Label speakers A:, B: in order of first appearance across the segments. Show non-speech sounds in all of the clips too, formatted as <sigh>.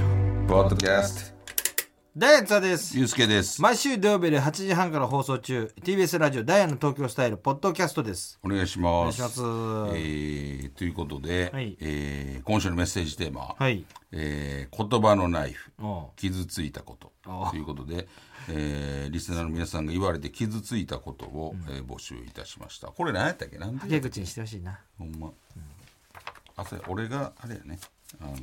A: ッドキャスト
B: ダイアンツァです
A: ゆうすけです、
B: 毎週土曜日で8時半から放送中 TBS ラジオダイアンの東京スタイルポッドキャストです
A: お願いします
B: お願いします
A: えーということで、
B: はい
A: えー今週のメッセージテーマは、
B: はい
A: えー言葉のナイフ
B: おう
A: 傷ついたこと
B: ああ
A: ということで、えーリスナーの皆さんが言われて傷ついたことを、えー募集いたしましたこれ何やったっけなんで
B: 竹口にしてほしいな
A: ほんま。あ、それ、俺があれやね。あのー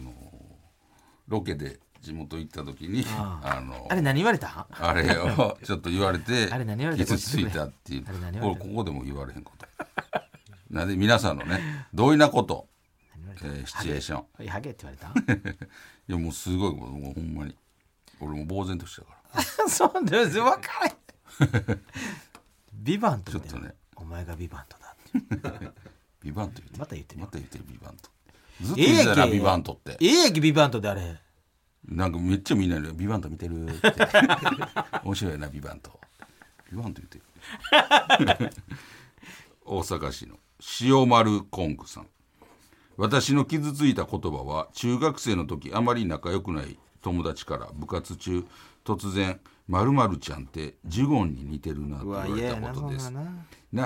A: ロケで地元行った時に、あのー
B: あれ何言われた
A: あれ
B: <laughs>
A: をちょっと言われて
B: あれ何言われた
A: 傷ついたっていう
B: あれ何言わ
A: これ
B: れた
A: ここでも言われへんことなんで皆さんのね
B: <laughs>
A: どういうなこと、えーシチュエーション
B: はいハゲって言われ
A: いやもうすごいもうほんまに俺も呆然としてたから
B: た <laughs> そうです分からへん <laughs> ビバントみたいな
A: ちょっとね
B: お前がビバントだって
A: ビバント言って
B: また言ってる
A: ま
B: よ
A: た言ってるビバントずっと言ってたな
B: ええやんけ
A: ビバントって
B: ええやんけビバントであれ
A: なんかめっちゃみんなに「ビバント見てる」って <laughs> 「面白いなビバント」「ビバント」言ってる <laughs> 大阪市の塩丸コングさん私の傷ついた言葉は中学生の時あまり仲良くない友達から部活中突然「まるちゃんってジュゴンに似てるな」と
B: う
A: 言わ
B: わ
A: れた
B: 嫌やな
A: こ
B: そ
A: と
B: ん
A: で
B: な
A: す
B: な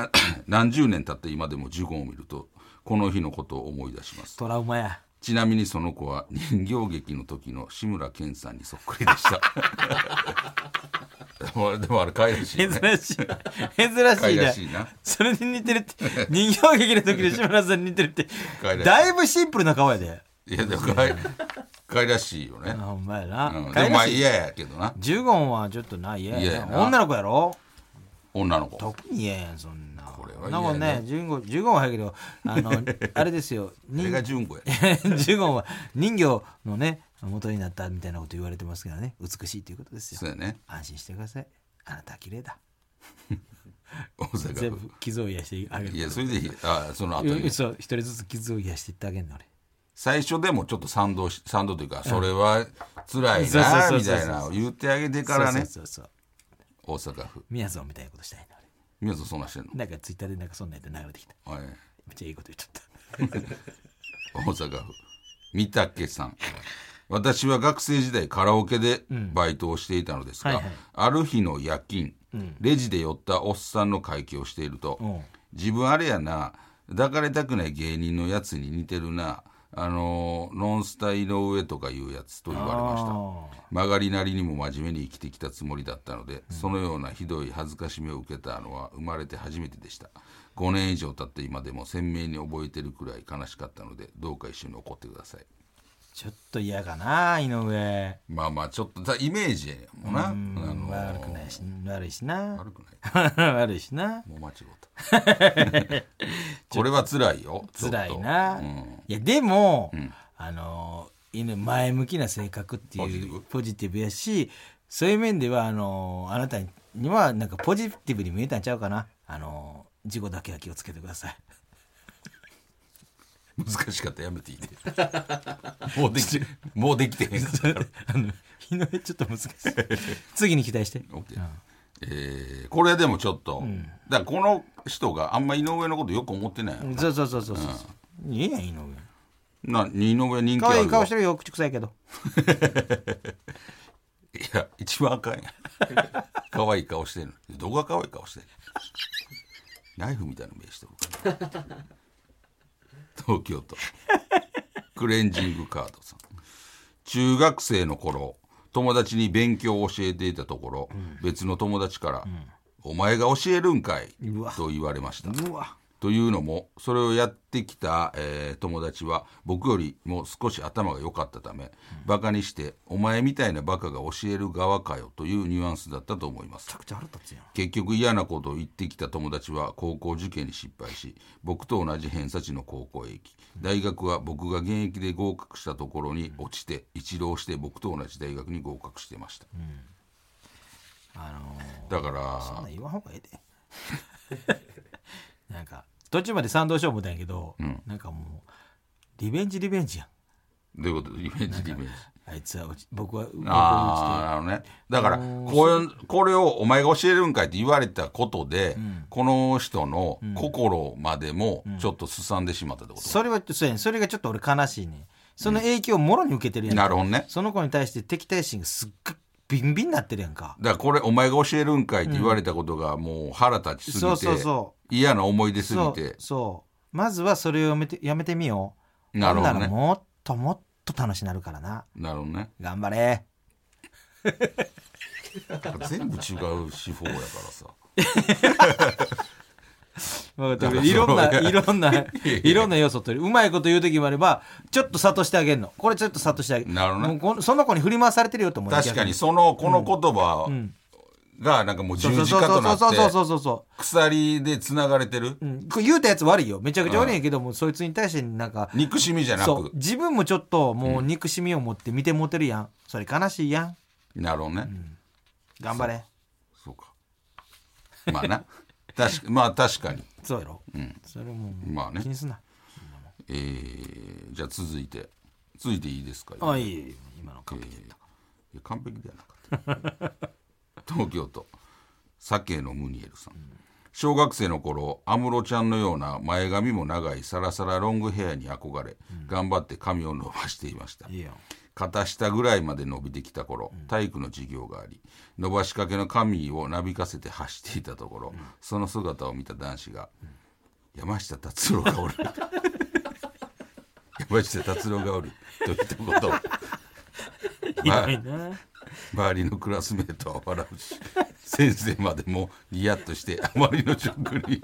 A: な <coughs> 何十年経って今でもジュゴンを見るとこの日のことを思い出します
B: トラウマや
A: ちなみにその子は人形劇の時の志村けんさんにそっくりで
B: <laughs>
A: した。でもでもあれかいらしい、
B: 珍
A: ね。
B: しい珍
A: かいらし
B: しい
A: い
B: な
A: な
B: それに似てるって人形劇の時の志村さんに似てるって
A: かいらしい
B: だいぶシンプルな顔やで
A: いやでもかいかいらしいよね
B: あ。ほんまや
A: うん、
B: な
A: でもまあ
B: 帰りし
A: 嫌やけどな
B: ジュゴンはちょっとな嫌
A: 嫌
B: や
A: や
B: な
A: な
B: 女の子やろ
A: 女の子。
B: 特に嫌やんそんなこ
A: れは
B: なもん
A: 嫌や
B: ねジュゴンジュゴンはやけどあ
A: <laughs>
B: のあれですよ
A: それ
B: 人 <laughs>
A: が純子や。
B: ジュゴンは人形のね元になったみたいなこと言われてますけどね美しいということです
A: そう
B: よ
A: やね。
B: 安心してくださいあなたは綺麗だ
A: 大阪
B: 全
A: 府
B: 部。傷を癒してあげる
A: いやそれでいいあその後
B: う
A: に
B: そう一人ずつ傷を癒していってあげるの俺
A: 最初でもちょっと賛同し賛同というかそれは辛い
B: そうそう
A: な
B: そうそう
A: みたいなのを言ってあげてからね
B: そうそうそうそう
A: 大阪府
B: みやぞんみたいなことしたいの
A: みやぞんそんなんしてんの
B: 俺なんかツイッターでなんかそんなんやって流れてきた
A: はい
B: めっちゃいいこと言っちゃっ
A: 大阪府三宅さん私は学生時代カラオケでバイトをしていたのですが、
B: はいはい
A: ある日の夜勤、レジで寄ったおっさんの会計をしていると、
B: ん
A: 自分あれやな抱かれたくない芸人のやつに似てるなあのノンスタ井上とかいうやつと言われました
B: た
A: 曲がりなりにも真面目に生きてきたつもりだったので、そのようなひどい恥ずかしみを受けたのは生まれて初めてでした5年以上経って今でも鮮明に覚えてるくらい悲しかったのでどうか一緒に怒ってください
B: ちょっと嫌かな井上
A: まあまあちょっとだイメージやねんもんなあの
B: 悪くないし悪いしな
A: 悪くない
B: <laughs> 悪いしな
A: もう間違った
B: <laughs>
A: これは辛いよちょっと
B: 辛いな、
A: うん
B: いやでも、あの犬前向きな性格って
A: ポジティ
B: い
A: ブ
B: うポジティブやしそういう面ではあのあなたにはなんかポジティブに見えたんちゃうかなあの事故だけは気をつけてください <laughs>
A: 難しかったやめていいでもうできてもうできてへんかったから
B: あの日の絵ちょっ
A: <laughs>
B: と難しい次に期待して
A: オッケーえーこれでもちょっと、だからこの人があんま井上のことよく思ってない、
B: そうそうそうそうそう、いいやん井上
A: な井上人気
B: 可
A: あ
B: 愛
A: る
B: い
A: わ
B: 顔してるよ口臭いけど
A: いや一番あかんやん <laughs> 可愛い顔してるどこが可愛い顔してるナイフみたいな目してる東京都クレンジングカードさん中学生の頃友達に勉強を教えていたところ、別の友達から、お前が教えるんかいう
B: わ
A: と言われました
B: うわ
A: というのもそれをやってきた、えー友達は僕よりも少し頭が良かったため、バカにして「お前みたいなバカが教える側かよ」というニュアンスだったと思います
B: 口腹立つやん
A: 結局嫌なことを言ってきた友達は高校受験に失敗し僕と同じ偏差値の高校へ行き大学は僕が現役で合格したところに落ちて一浪して僕と同じ大学に合格してました、
B: あのー
A: だか
B: そん
A: ら
B: なん言わんほうがええで <laughs> なんか途中まで賛同しよう思ったんやけど、なんかもうリベンジリベンジやん
A: どういうことリベンジリベンジ
B: あいつは落ち僕は僕は
A: ああ、なるほどね。だから、こういう、これをお前が教えるんかいって言われたことで、この人の心までもちょっとすさんでしまったってこ
B: 落
A: と
B: ちてそれはそうやねんそれがちょっと俺悲しいねんその影響をもろに受けてるやんか
A: なるほどね
B: その子に対して敵対心がすっごいビンビンになってるやんか
A: だからこれお前が教えるんかいって言われたことがもう腹立ちす
B: そう
A: ぎ
B: そう
A: て
B: そ
A: 嫌な思い出
B: う
A: すぎ
B: そう
A: て
B: そうまずはそれをやめてやめてみよう
A: なるほど
B: んなら
A: ね
B: もっともっと楽しなるからな
A: なるほどね
B: 頑張れ
A: 全部違う手法やからさ
B: <laughs>
A: かっ
B: 分かったた
A: い
B: い
A: ろ
B: ろ
A: ん
B: ん
A: な
B: ない
A: <laughs>
B: ろんないろんな要素取りうまいこと言う時もあればちょっと諭してあげるのこれちょっと諭してあげる
A: なるほどね
B: もうこのその子に振り回されてるよと思う
A: 確かに
B: 逆
A: そのこの言葉
B: ん
A: がなんかもう十
B: そう
A: 字
B: そう
A: 架
B: そ
A: とな
B: うそうそう
A: って
B: そうそうそうそう
A: 鎖でつながれてる
B: うん、これ言うたやつ悪いよめちゃくちゃ悪いんやけど、もうそいつに対してなんか
A: 憎しみじゃな
B: そう
A: く
B: 自分もちょっともう憎しみを持って見てもてるやんそれ悲しいやん
A: なるほどね
B: 頑張れ
A: そうかまあな <laughs> 確かまあ確かに
B: そうやろ、それもう
A: まあね
B: 気にすんな
A: えーじゃあ続いて続いていいですか
B: あいいいい今の完璧
A: えーいや完璧ではなかった <laughs> 東京都鮭のムニエルさん小学生の頃安室ちゃんのような前髪も長いサラサラロングヘアに憧れ、頑張って髪を伸ばしていました
B: いいよ
A: 肩下ぐらいまで伸びてきた頃体育の授業があり伸ばしかけの髪をなびかせて走っていたところ、その姿を見た男子が「山下達郎がおる」山下達郎がおると一言を
B: ひど <laughs> いな
A: 周りのクラスメートは笑うし先生までもリヤッとしてあまりのショックに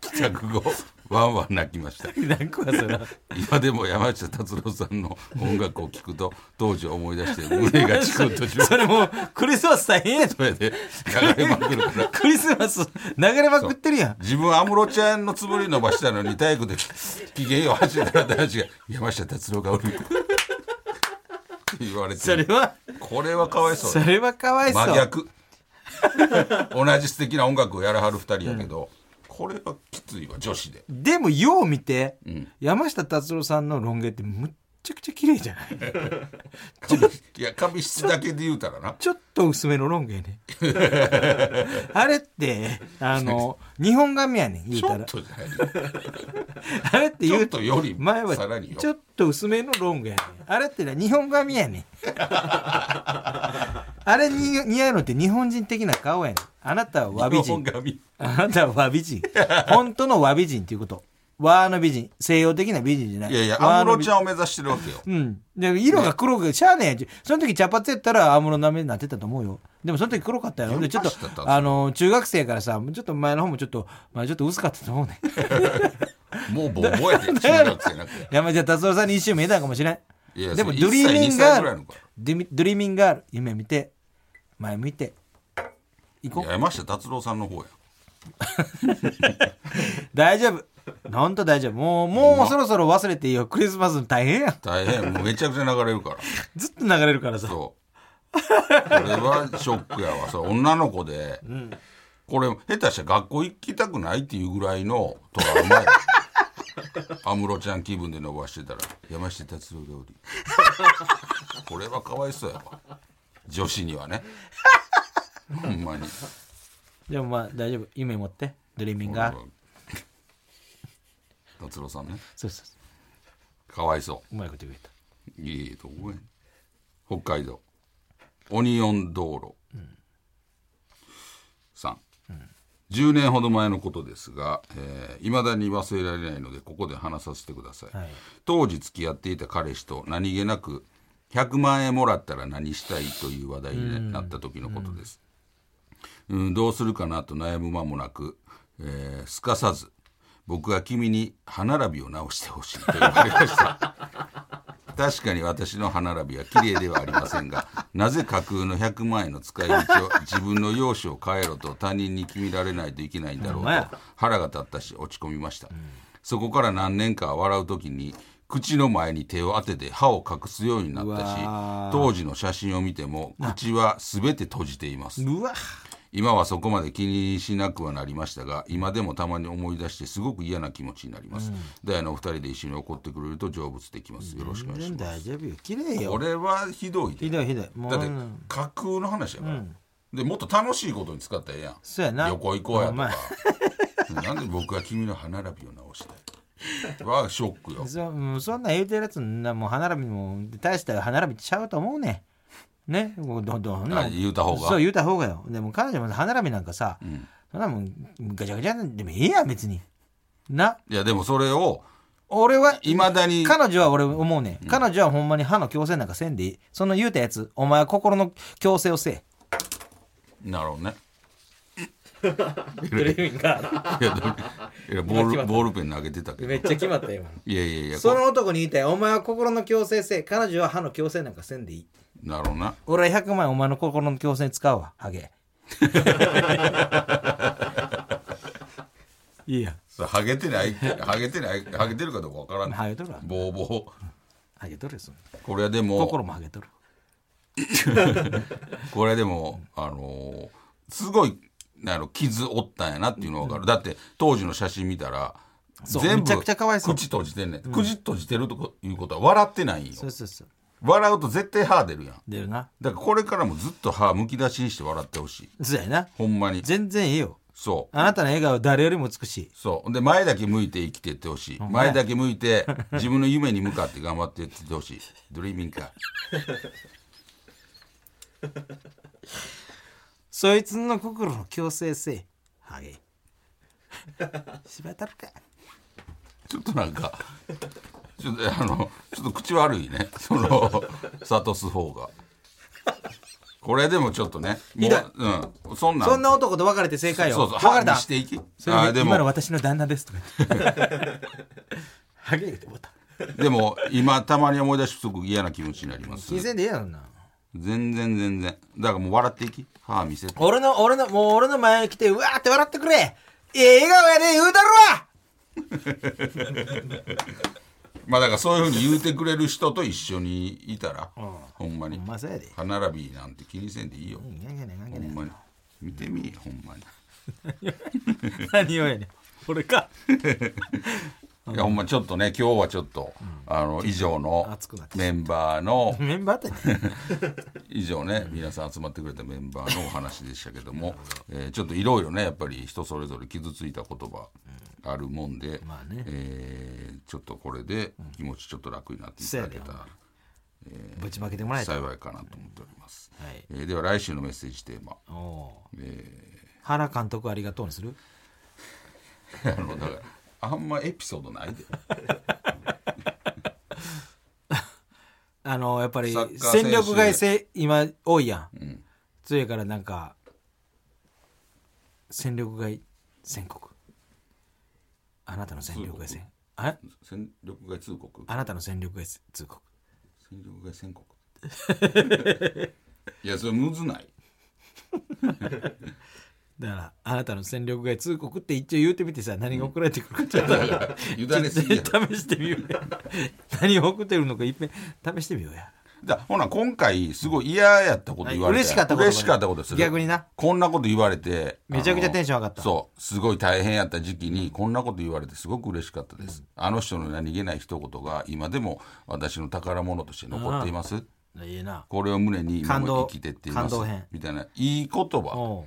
A: 帰宅後ワンワン泣きました
B: 何個やそれ
A: 今でも山下達郎さんの音楽を聴くと当時を思い出して胸がチクンとしま
B: それもうクリスマス大変やで
A: それで流れまくるから
B: <laughs> クリスマス流れまくってるやん
A: 自分安室ちゃんのつぶり伸ばしたのに体育で機嫌を走ったら男子が山下達郎がおるって言われて
B: それは
A: これはかわいそう
B: そ
A: だ
B: れはかわいそう
A: 真逆同じ素敵な音楽をやらはる二人やけど、これはきついわ女子で
B: でもよう見て、山下達郎さんのロン毛ってむっちゃくちゃ綺麗じゃない
A: <laughs> いや髪質だけで言うたらな
B: ちょっと薄めのロン
A: <laughs>
B: 毛ね。あれって、あの、日本髪やねん、言う
A: ちょ
B: た
A: っ
B: ら。
A: とじゃない
B: あれって
A: ち
B: 言
A: ょ
B: う
A: っとより
B: 前は
A: さらによ
B: ちょっと薄めのロン毛やねん。あれってな日本髪や
A: <laughs>
B: ねん。あれに似合うのって日本人的な顔やねん。あなたは和美
A: 日。本
B: 人
A: 髪
B: あなたは和
A: <laughs>
B: 美人。本当の和美人っていうこと。和の美人。西洋的な美人じゃない。
A: いやいや
B: 和
A: 安
B: の
A: 室
B: 美
A: ちゃんを目指してるわけよ
B: うん。で色が黒く、しゃあねえやん。その時茶髪やったら安室なめになってたと思うよ。でもその時黒かったやろ。で、ちょっと
A: やっぱ知ってたん、ですよ
B: あの、中学生からさ、ちょっと前の方もちょっと、まあちょっと薄かったと思う
A: <laughs>
B: ね。
A: <laughs> もうボーボーやで中学生なんて
B: 山下達郎さんに一瞬見えたんかもしれん。
A: いや
B: でも、
A: そ
B: ド
A: れ
B: リーミ
A: 1歳
B: ン
A: 2
B: グ
A: 歳
B: ガ
A: ぐらい
B: ー
A: の
B: ル
A: 頃、
B: ドミドリーミングガール、夢見て、前向いて、行こ
A: いうや。山下達郎さんの方や
B: 大丈夫。ほんと大丈夫。もう、もうそろそろ忘れていいよ。クリスマス大変やん。
A: 大変もうめちゃくちゃ流れるから
B: ずっと流れるからさ。
A: そうこれはショックやわそれ女の子で、これ下手したら学校行きたくないっていうぐらいのトラウ <laughs> マや安室ちゃん気分で伸ばしてたら山下達郎料理これはかわいそうやわ女子にはねほんまに
B: でもまあ大丈夫。夢持って、ドリーミングガール。
A: <laughs> 達郎さんね
B: そうそうそ。
A: かわいそう
B: うまいこと言えた。
A: ういいとこやね北海道オニオン道路さん、10年ほど前のことですがいま、えー未だに忘れられないのでここで話させてください、
B: はい
A: 当時付き合っていた彼氏と何気なく100万円もらったら何したいという話題になった時のことです、うん、どうするかなと悩む間もなく、えーすかさず僕は君に歯並びを直してほしいと言われました
B: <laughs>
A: 確かに私の歯並びは綺麗ではありませんがなぜ架空の100万円の使い道を自分の容姿を変えろと他人に決められないといけないんだろう
B: ほん
A: と
B: まや
A: 腹が立ったし落ち込みました、そこから何年か笑う時に口の前に手を当てて歯を隠すようになっ
B: う
A: た
B: わ
A: し
B: ー
A: 当時の写真を見ても口は全て閉じています
B: うわ
A: 今はそこまで気にしなくはなりましたが今でもたまに思い出してすごく嫌な気持ちになります、ダイアナお二人で一緒に怒ってくれると成仏できますよろしくお
B: 全
A: 願いします
B: 然大丈夫よ。綺麗よ
A: こ。れはひどいで
B: ひどいひどい。もう
A: だって架空の話やから、でもっと楽しいことに使ったらええやん
B: そうやな。
A: 旅行行こうやと
B: <laughs> まあ
A: かなんで僕は君の歯並びを直したいわあショックよ
B: そもうそんなん言うてるやつんなもう歯並びも大した歯並びちゃうと思うねんねもうどどんな
A: あ言うた方が
B: そう言うた方がよでも彼女も歯並びなんかさ、そんなもんガチャガチャでもええやん別にない
A: やでもそれを
B: 俺はい
A: まだに
B: 彼女は俺思うね、ん、彼女はほんまに歯の矯正なんかせんでいいその言うたやつお前は心の矯正をせえ
A: なるほどね
B: ドリーミンが
A: いやでもいやボー
B: 今決ま
A: ル
B: った
A: ボールペン投げてたけど
B: めっちゃ決まったよ今の
A: いやいやいや
B: そ
A: こ
B: の男に言いたいお前は心の矯正せえ彼女は歯の矯正なんかせんでいい
A: なるほどな
B: 俺は100万円お前の心の矯正に使うわハゲいいや
A: それハゲてないってハゲてないハゲてるかどうかわ
B: <laughs>
A: からない
B: ハゲとるわ
A: ボーボー
B: ハゲとるよそんな
A: これはでも
B: 心もハゲとる
A: これでも、あのーすごいなんやろ傷負ったんやなっていうのが分かる、だって当時の写真見たら
B: そう
A: 全部
B: めちゃくちゃかわいそう
A: 口閉じてんねん、口閉じてるとこいうことは笑ってないんよ
B: そうそうそう
A: 笑うと絶対歯出るやん
B: 出るな
A: だからこれからもずっと歯むき出しにして笑ってほしい
B: そうやな
A: ほんまに
B: 全然いいよ
A: そう
B: あなたの笑顔は誰よりも美しい
A: そうで前だけ向いて生きてってほしい前だけ向いて自分の夢に向かって頑張ってってほしいドリーミングか
B: そいつの心の矯正せえハ <laughs> ゲ柴田るか
A: ちょっとなんかちょっとあのちょっと口悪いねその諭す方がこれでもちょっとねも、
B: ひどいう
A: うん、そんなん
B: そんな男と別れて正解よ
A: そうそう
B: 別
A: 歯
B: れた
A: にしていき
B: それで
A: あで
B: 今の
A: も
B: 私の旦那ですとか言って <laughs> ハゲ言うて思った
A: でも今たまに思い出しすごく嫌な気持ちになります
B: 新鮮でいいやろな
A: 全然全然だからもう笑っていき歯見せて
B: 俺の俺のもう俺の前に来てうわーって笑ってくれええ笑顔やで言うだろわ
A: まあだからそういうふうに言うてくれる人と一緒にいたら、ほんまに
B: ほんまそうやで
A: 歯並びなんて気にせんでいいよ、
B: うんやんやねんやんや
A: ほ
B: ね
A: ん
B: ん
A: まに見てみいほんまに
B: <laughs> 何をやねん俺か
A: いやほんまちょっとね今日はちょっと、あの以上の
B: 熱くなってきた
A: メンバーの
B: メンバーだってね
A: 以上ね皆さん集まってくれたメンバーのお話でしたけども、えーちょっといろいろねやっぱり人それぞれ傷ついた言葉あるもんで、
B: まあね
A: えーちょっとこれで気持ちちょっと楽になっていただけたら
B: ぶちまけてもらえたは
A: 幸いかなと思っております、
B: い
A: えーでは来週のメッセージテーマ
B: おおー原監督ありがとうにする
A: <laughs> あのだからあんまエピソードないで
B: あのやっぱり
A: サッカー選手
B: 戦力外制今多いやんそれからなんか戦力外宣告あなたの戦力外宣あ
A: 戦力外通告
B: あなたの戦力外通告
A: 戦力外宣告 <laughs> いやそれむずない
B: だからあなたの戦力外通告って一応言うてみてさ何が送られてくるかちょっと
A: だから委ねすぎやろ
B: 試してみようや何を送ってるのかいっぺん試してみようや
A: だほな今回すごい嫌やったこと言われて、
B: 嬉しかったこと
A: 嬉しかったことする
B: 逆にな
A: こんなこと言われて
B: めちゃくちゃ
A: あの
B: テンション上がった
A: そうすごい大変やった時期にこんなこと言われてすごく嬉しかったです、あの人の何気ない一言が今でも私の宝物として残っています
B: いいな
A: これを胸に今
B: 感動
A: も生きてっていま
B: 感
A: す
B: 動編
A: みたいないい言葉
B: おう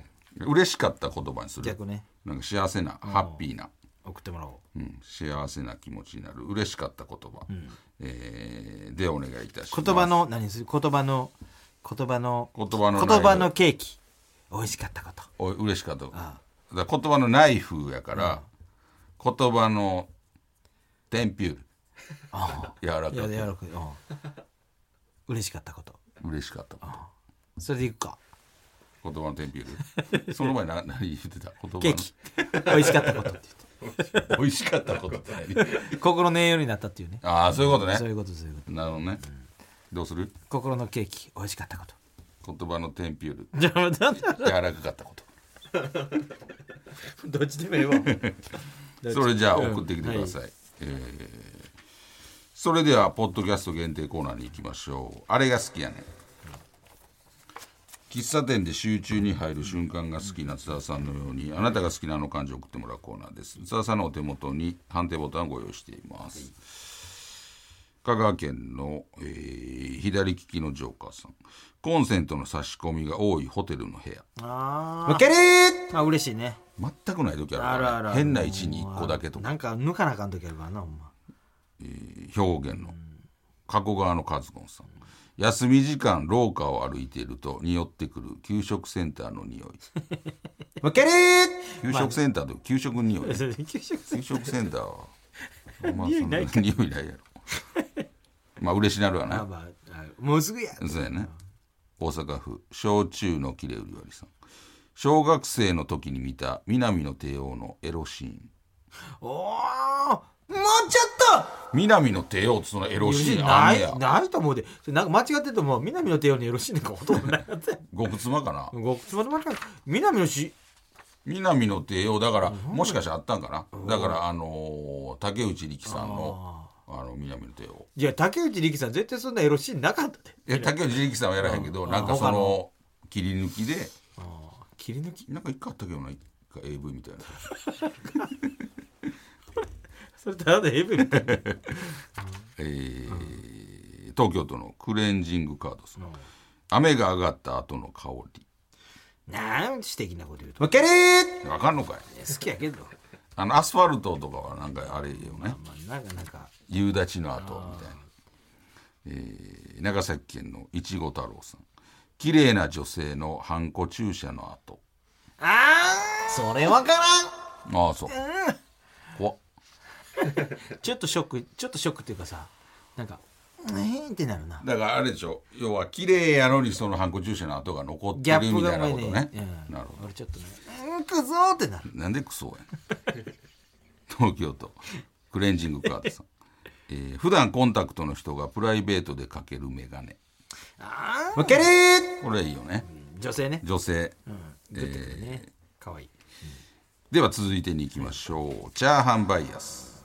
A: 嬉しかった言葉にする
B: 逆ね
A: なんか幸せなハッピーな
B: 送ってもらおう
A: うん、幸せな気持ちになる嬉しかった言葉、えーでお願いいたします
B: 言葉の何する言葉の言葉の
A: 言葉の
B: 言葉のケーキ美味しかったこと
A: お嬉しかっただから言葉のナイフやから、言葉のテンピュール柔ら
B: いや
A: か
B: でや
A: く
B: ろううん嬉しかったこと
A: 嬉しかったこ
B: それでいくか
A: と言葉のテンピュール
B: <laughs>
A: その前な何言ってた言葉の
B: ケーキ美味しかったことって
A: 美味しかったことって
B: <laughs>
A: 何
B: 言って心の栄養になったっていうね
A: ああそういうことね
B: そういうことそういうこと
A: なるほどね、どうする
B: 心のケーキ美味しかったこと
A: 言葉のテンピュール
B: じゃあど
A: 柔らかかったこと
B: どっちでもいいわ
A: それじゃあ送ってきてください、えーそれではポッドキャスト限定コーナーに行きましょうあれが好きやねん喫茶店で集中に入る瞬間が好きな津田さんのようにあなたが好きなあの漢字を送ってもらうコーナーです津田さんのお手元に判定ボタンをご用意しています、香川県の、えー左利きのジョーカーさんコンセントの差し込みが多いホテルの部屋
B: あ
A: 負ける
B: ーあ嬉しいね
A: 全くない時あるから
B: あ
A: ね
B: るあるある
A: 変な位置に1個だけとか
B: なんか抜かなあかん時あるからなほんま
A: 表現の加古川の和子さん休み時間廊下を歩いていると匂ってくる給食センターの匂い
B: わかる <laughs> ー
A: 給食センターと給食の匂い
B: それ給食
A: 給食センターはまあそんな匂いないやろまあ嬉しなるわ
B: まあ
A: な
B: まああもうすぐや
A: そうやね大阪府焼酎の切れ売り割りさん小学生の時に見た南の帝王のエロシーン
B: おおもうちょっ
A: 南の帝王ってそのエ
B: と
A: ロシーンあ
B: なん
A: ねや
B: いないと思うでそれなんか間違ってるともう南の帝王によろしいのかほとんど <laughs> ないやつや
A: 極妻かな
B: ごつまんまか南のし
A: 南の帝王だからもしかしたらあったんかなだからあのー竹内力さんのあの南の帝王
B: いや竹内力さん絶対そんなエロシーンなかったで
A: え竹内力さんはやらへんけど
B: うん
A: なんか
B: あ
A: そ
B: 他
A: の
B: の
A: 切り抜きで
B: ああ切り抜き
A: なんか一回あったけどな一回 AV みたいな
B: それただの AV <laughs> みたいな
A: えー東京都のクレンジングカードさん雨が上がった後の香り
B: なん私的なこと言うとわかるー
A: わかんのかい
B: 好きやけど
A: あのアスファルトとかはなんかあれよね
B: まあなんかなんか
A: 夕立ちの後みたいな、えー長崎県のいちご太郎さん綺麗な女性のハンコ注射の後
B: ああそれわからん
A: ああそう怖っ
B: ちょっとショックちょっとショックっていうかさなんか「えーん」ってなるな
A: だからあれでしょ要は綺麗やのにそのハンコ注射の跡が残って
B: ギャ
A: る
B: ップ
A: みた
B: が
A: いな
B: も
A: こ
B: う
A: と
B: ね
A: ね、
B: うん
A: なるほど
B: 俺ちょっとね「うんくぞ」ってなる
A: なんでクソやん東京都クレンジングカードさん、えー普段コンタクトの人がプライベートでかける眼鏡
B: ああ分かるー
A: これいいよね
B: 女性ね
A: 女性、
B: グッとくるねかわいい
A: では続いてに行きましょうチャーハンバイアス、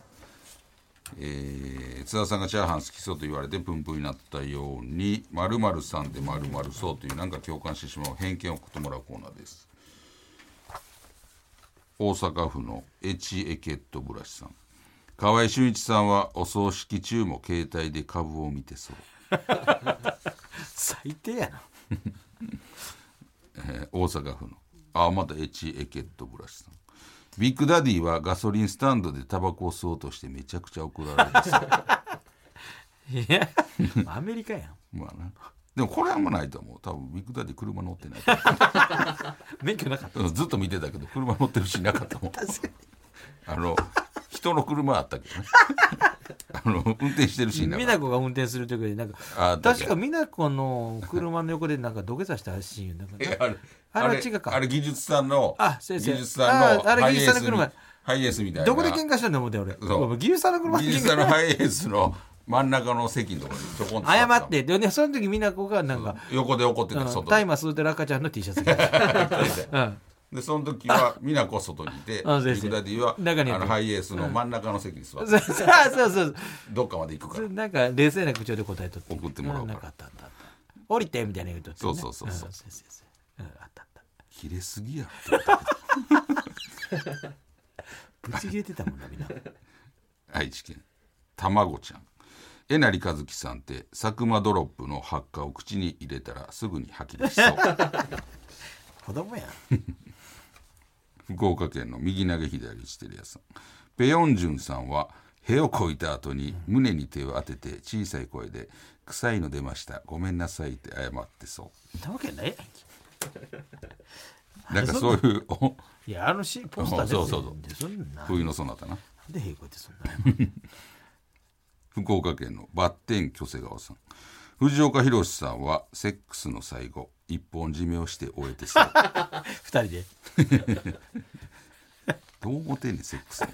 A: えー津田さんがチャーハン好きそうと言われてプンプンになったように「まるさんでまるそう」というなんか共感してしまう偏見を送ってもらうコーナーです大阪府のエチエケットブラシさん河合俊一さんはお葬式中も携帯で株を見てそう、
B: 最低やな
A: えー大阪府のあまたエチエケットブラシさんビッグダディはガソリンスタンドでタバコを吸おうとしてめちゃくちゃ怒られ
B: <laughs>
A: てそう
B: い <laughs> やアメリカやん
A: まあな。でもこれはあんまないと思う。多分ビッグダディ車乗ってないと思
B: 免許なかった
A: う。うんずっと見てたけど車乗ってるしなかったもん。あの人の車あったけ
B: <laughs>
A: どね。あの運転してるしな
B: 美
A: かっ
B: 奈子が運転する時になんか
A: あだけ
B: 確か美奈子の車の横でなんか土下座したらしいよなんか
A: た。えあれ
B: あれは
A: あ
B: 違うか
A: あれ技術さんの
B: あ先生
A: 技術さんの
B: ああれ
A: ハイエース
B: 技術さんの車
A: にハイエースみたいな。
B: どこで喧嘩したんだ思って俺
A: そう
B: 牛さんの車で
A: 技
B: 喧嘩
A: 術さんのハイエースの真ん中の席のところにちょこんと座た
B: 謝ってでねその時美奈子がなんか
A: 横で怒ってた
B: うん
A: 外
B: タ
A: で
B: イマー吸うてる赤ちゃんの T シャツ着てたうん
A: でその時
B: <laughs>
A: は美奈子外にいてビ
B: あ先生
A: ッグダディは
B: 中にいて
A: あのハイエースの真ん中の席に座って
B: そうそうそう
A: どっかまで行くか
B: そ
A: ら
B: う。なんか冷静な口調で答えとって
A: 送ってもらうから
B: んなんかあったあったあった降りてみたいな言うとってね、
A: そうそうそうそうん
B: そうそうそううんあったあった
A: 切れすぎやろ
B: ぶち切れてたもんなみ <laughs> んな
A: 愛知県たまごちゃんえなりかずきさんって佐久間ドロップの発火を口に入れたらすぐに吐き出し
B: <laughs>
A: そう
B: 子供やん
A: 福岡県の右投げ左してるやさんペヨンジュンさんは屁をこいた後に胸に手を当てて小さい声で「臭いの出ましたごめんなさい」って謝ってそ
B: なわけないやんけ
A: うなんかそういうお
B: いやあのシーポスターです
A: そうそうそう
B: でそんな
A: 冬のそなたな
B: なんで平行ってそんな
A: 福岡県のバッテン巨瀬川さん藤岡弘さんはセックスの最後一本締めをして終えてそう
B: 二人で
A: どう思てんねんセックスの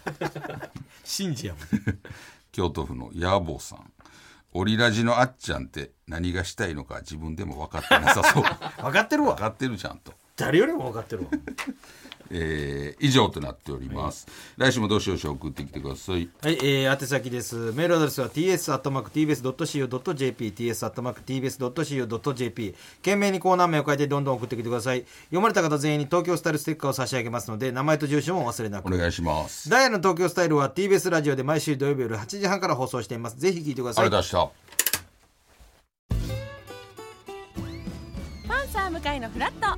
B: 信じやもん
A: 京都府のヤボさんオリラジのあっちゃんって何がしたいのか自分でも分かってなさそう分
B: 分かってるわ
A: かってるちゃんと、
B: 誰よりも分かってるわ
A: えー以上となっております、来週もどうしようし送ってきてください
B: はい、えー、宛先です。メールアドレスは ts.tbs.co.jp、ts.tbs.co.jp。懸命にコーナー名を書いてどんどん送ってきてください。読まれた方全員に東京スタイルステッカーを差し上げますので、名前と住所もお忘れな
A: お
B: く。
A: 願いします
B: ダイヤの東京スタイルは TBS ラジオで毎週土曜日夜8時半から放送しています。ぜひ聞いてくだ
A: あ
B: さ
A: れ
B: い。
A: 出した
C: パンサー向かいのフラット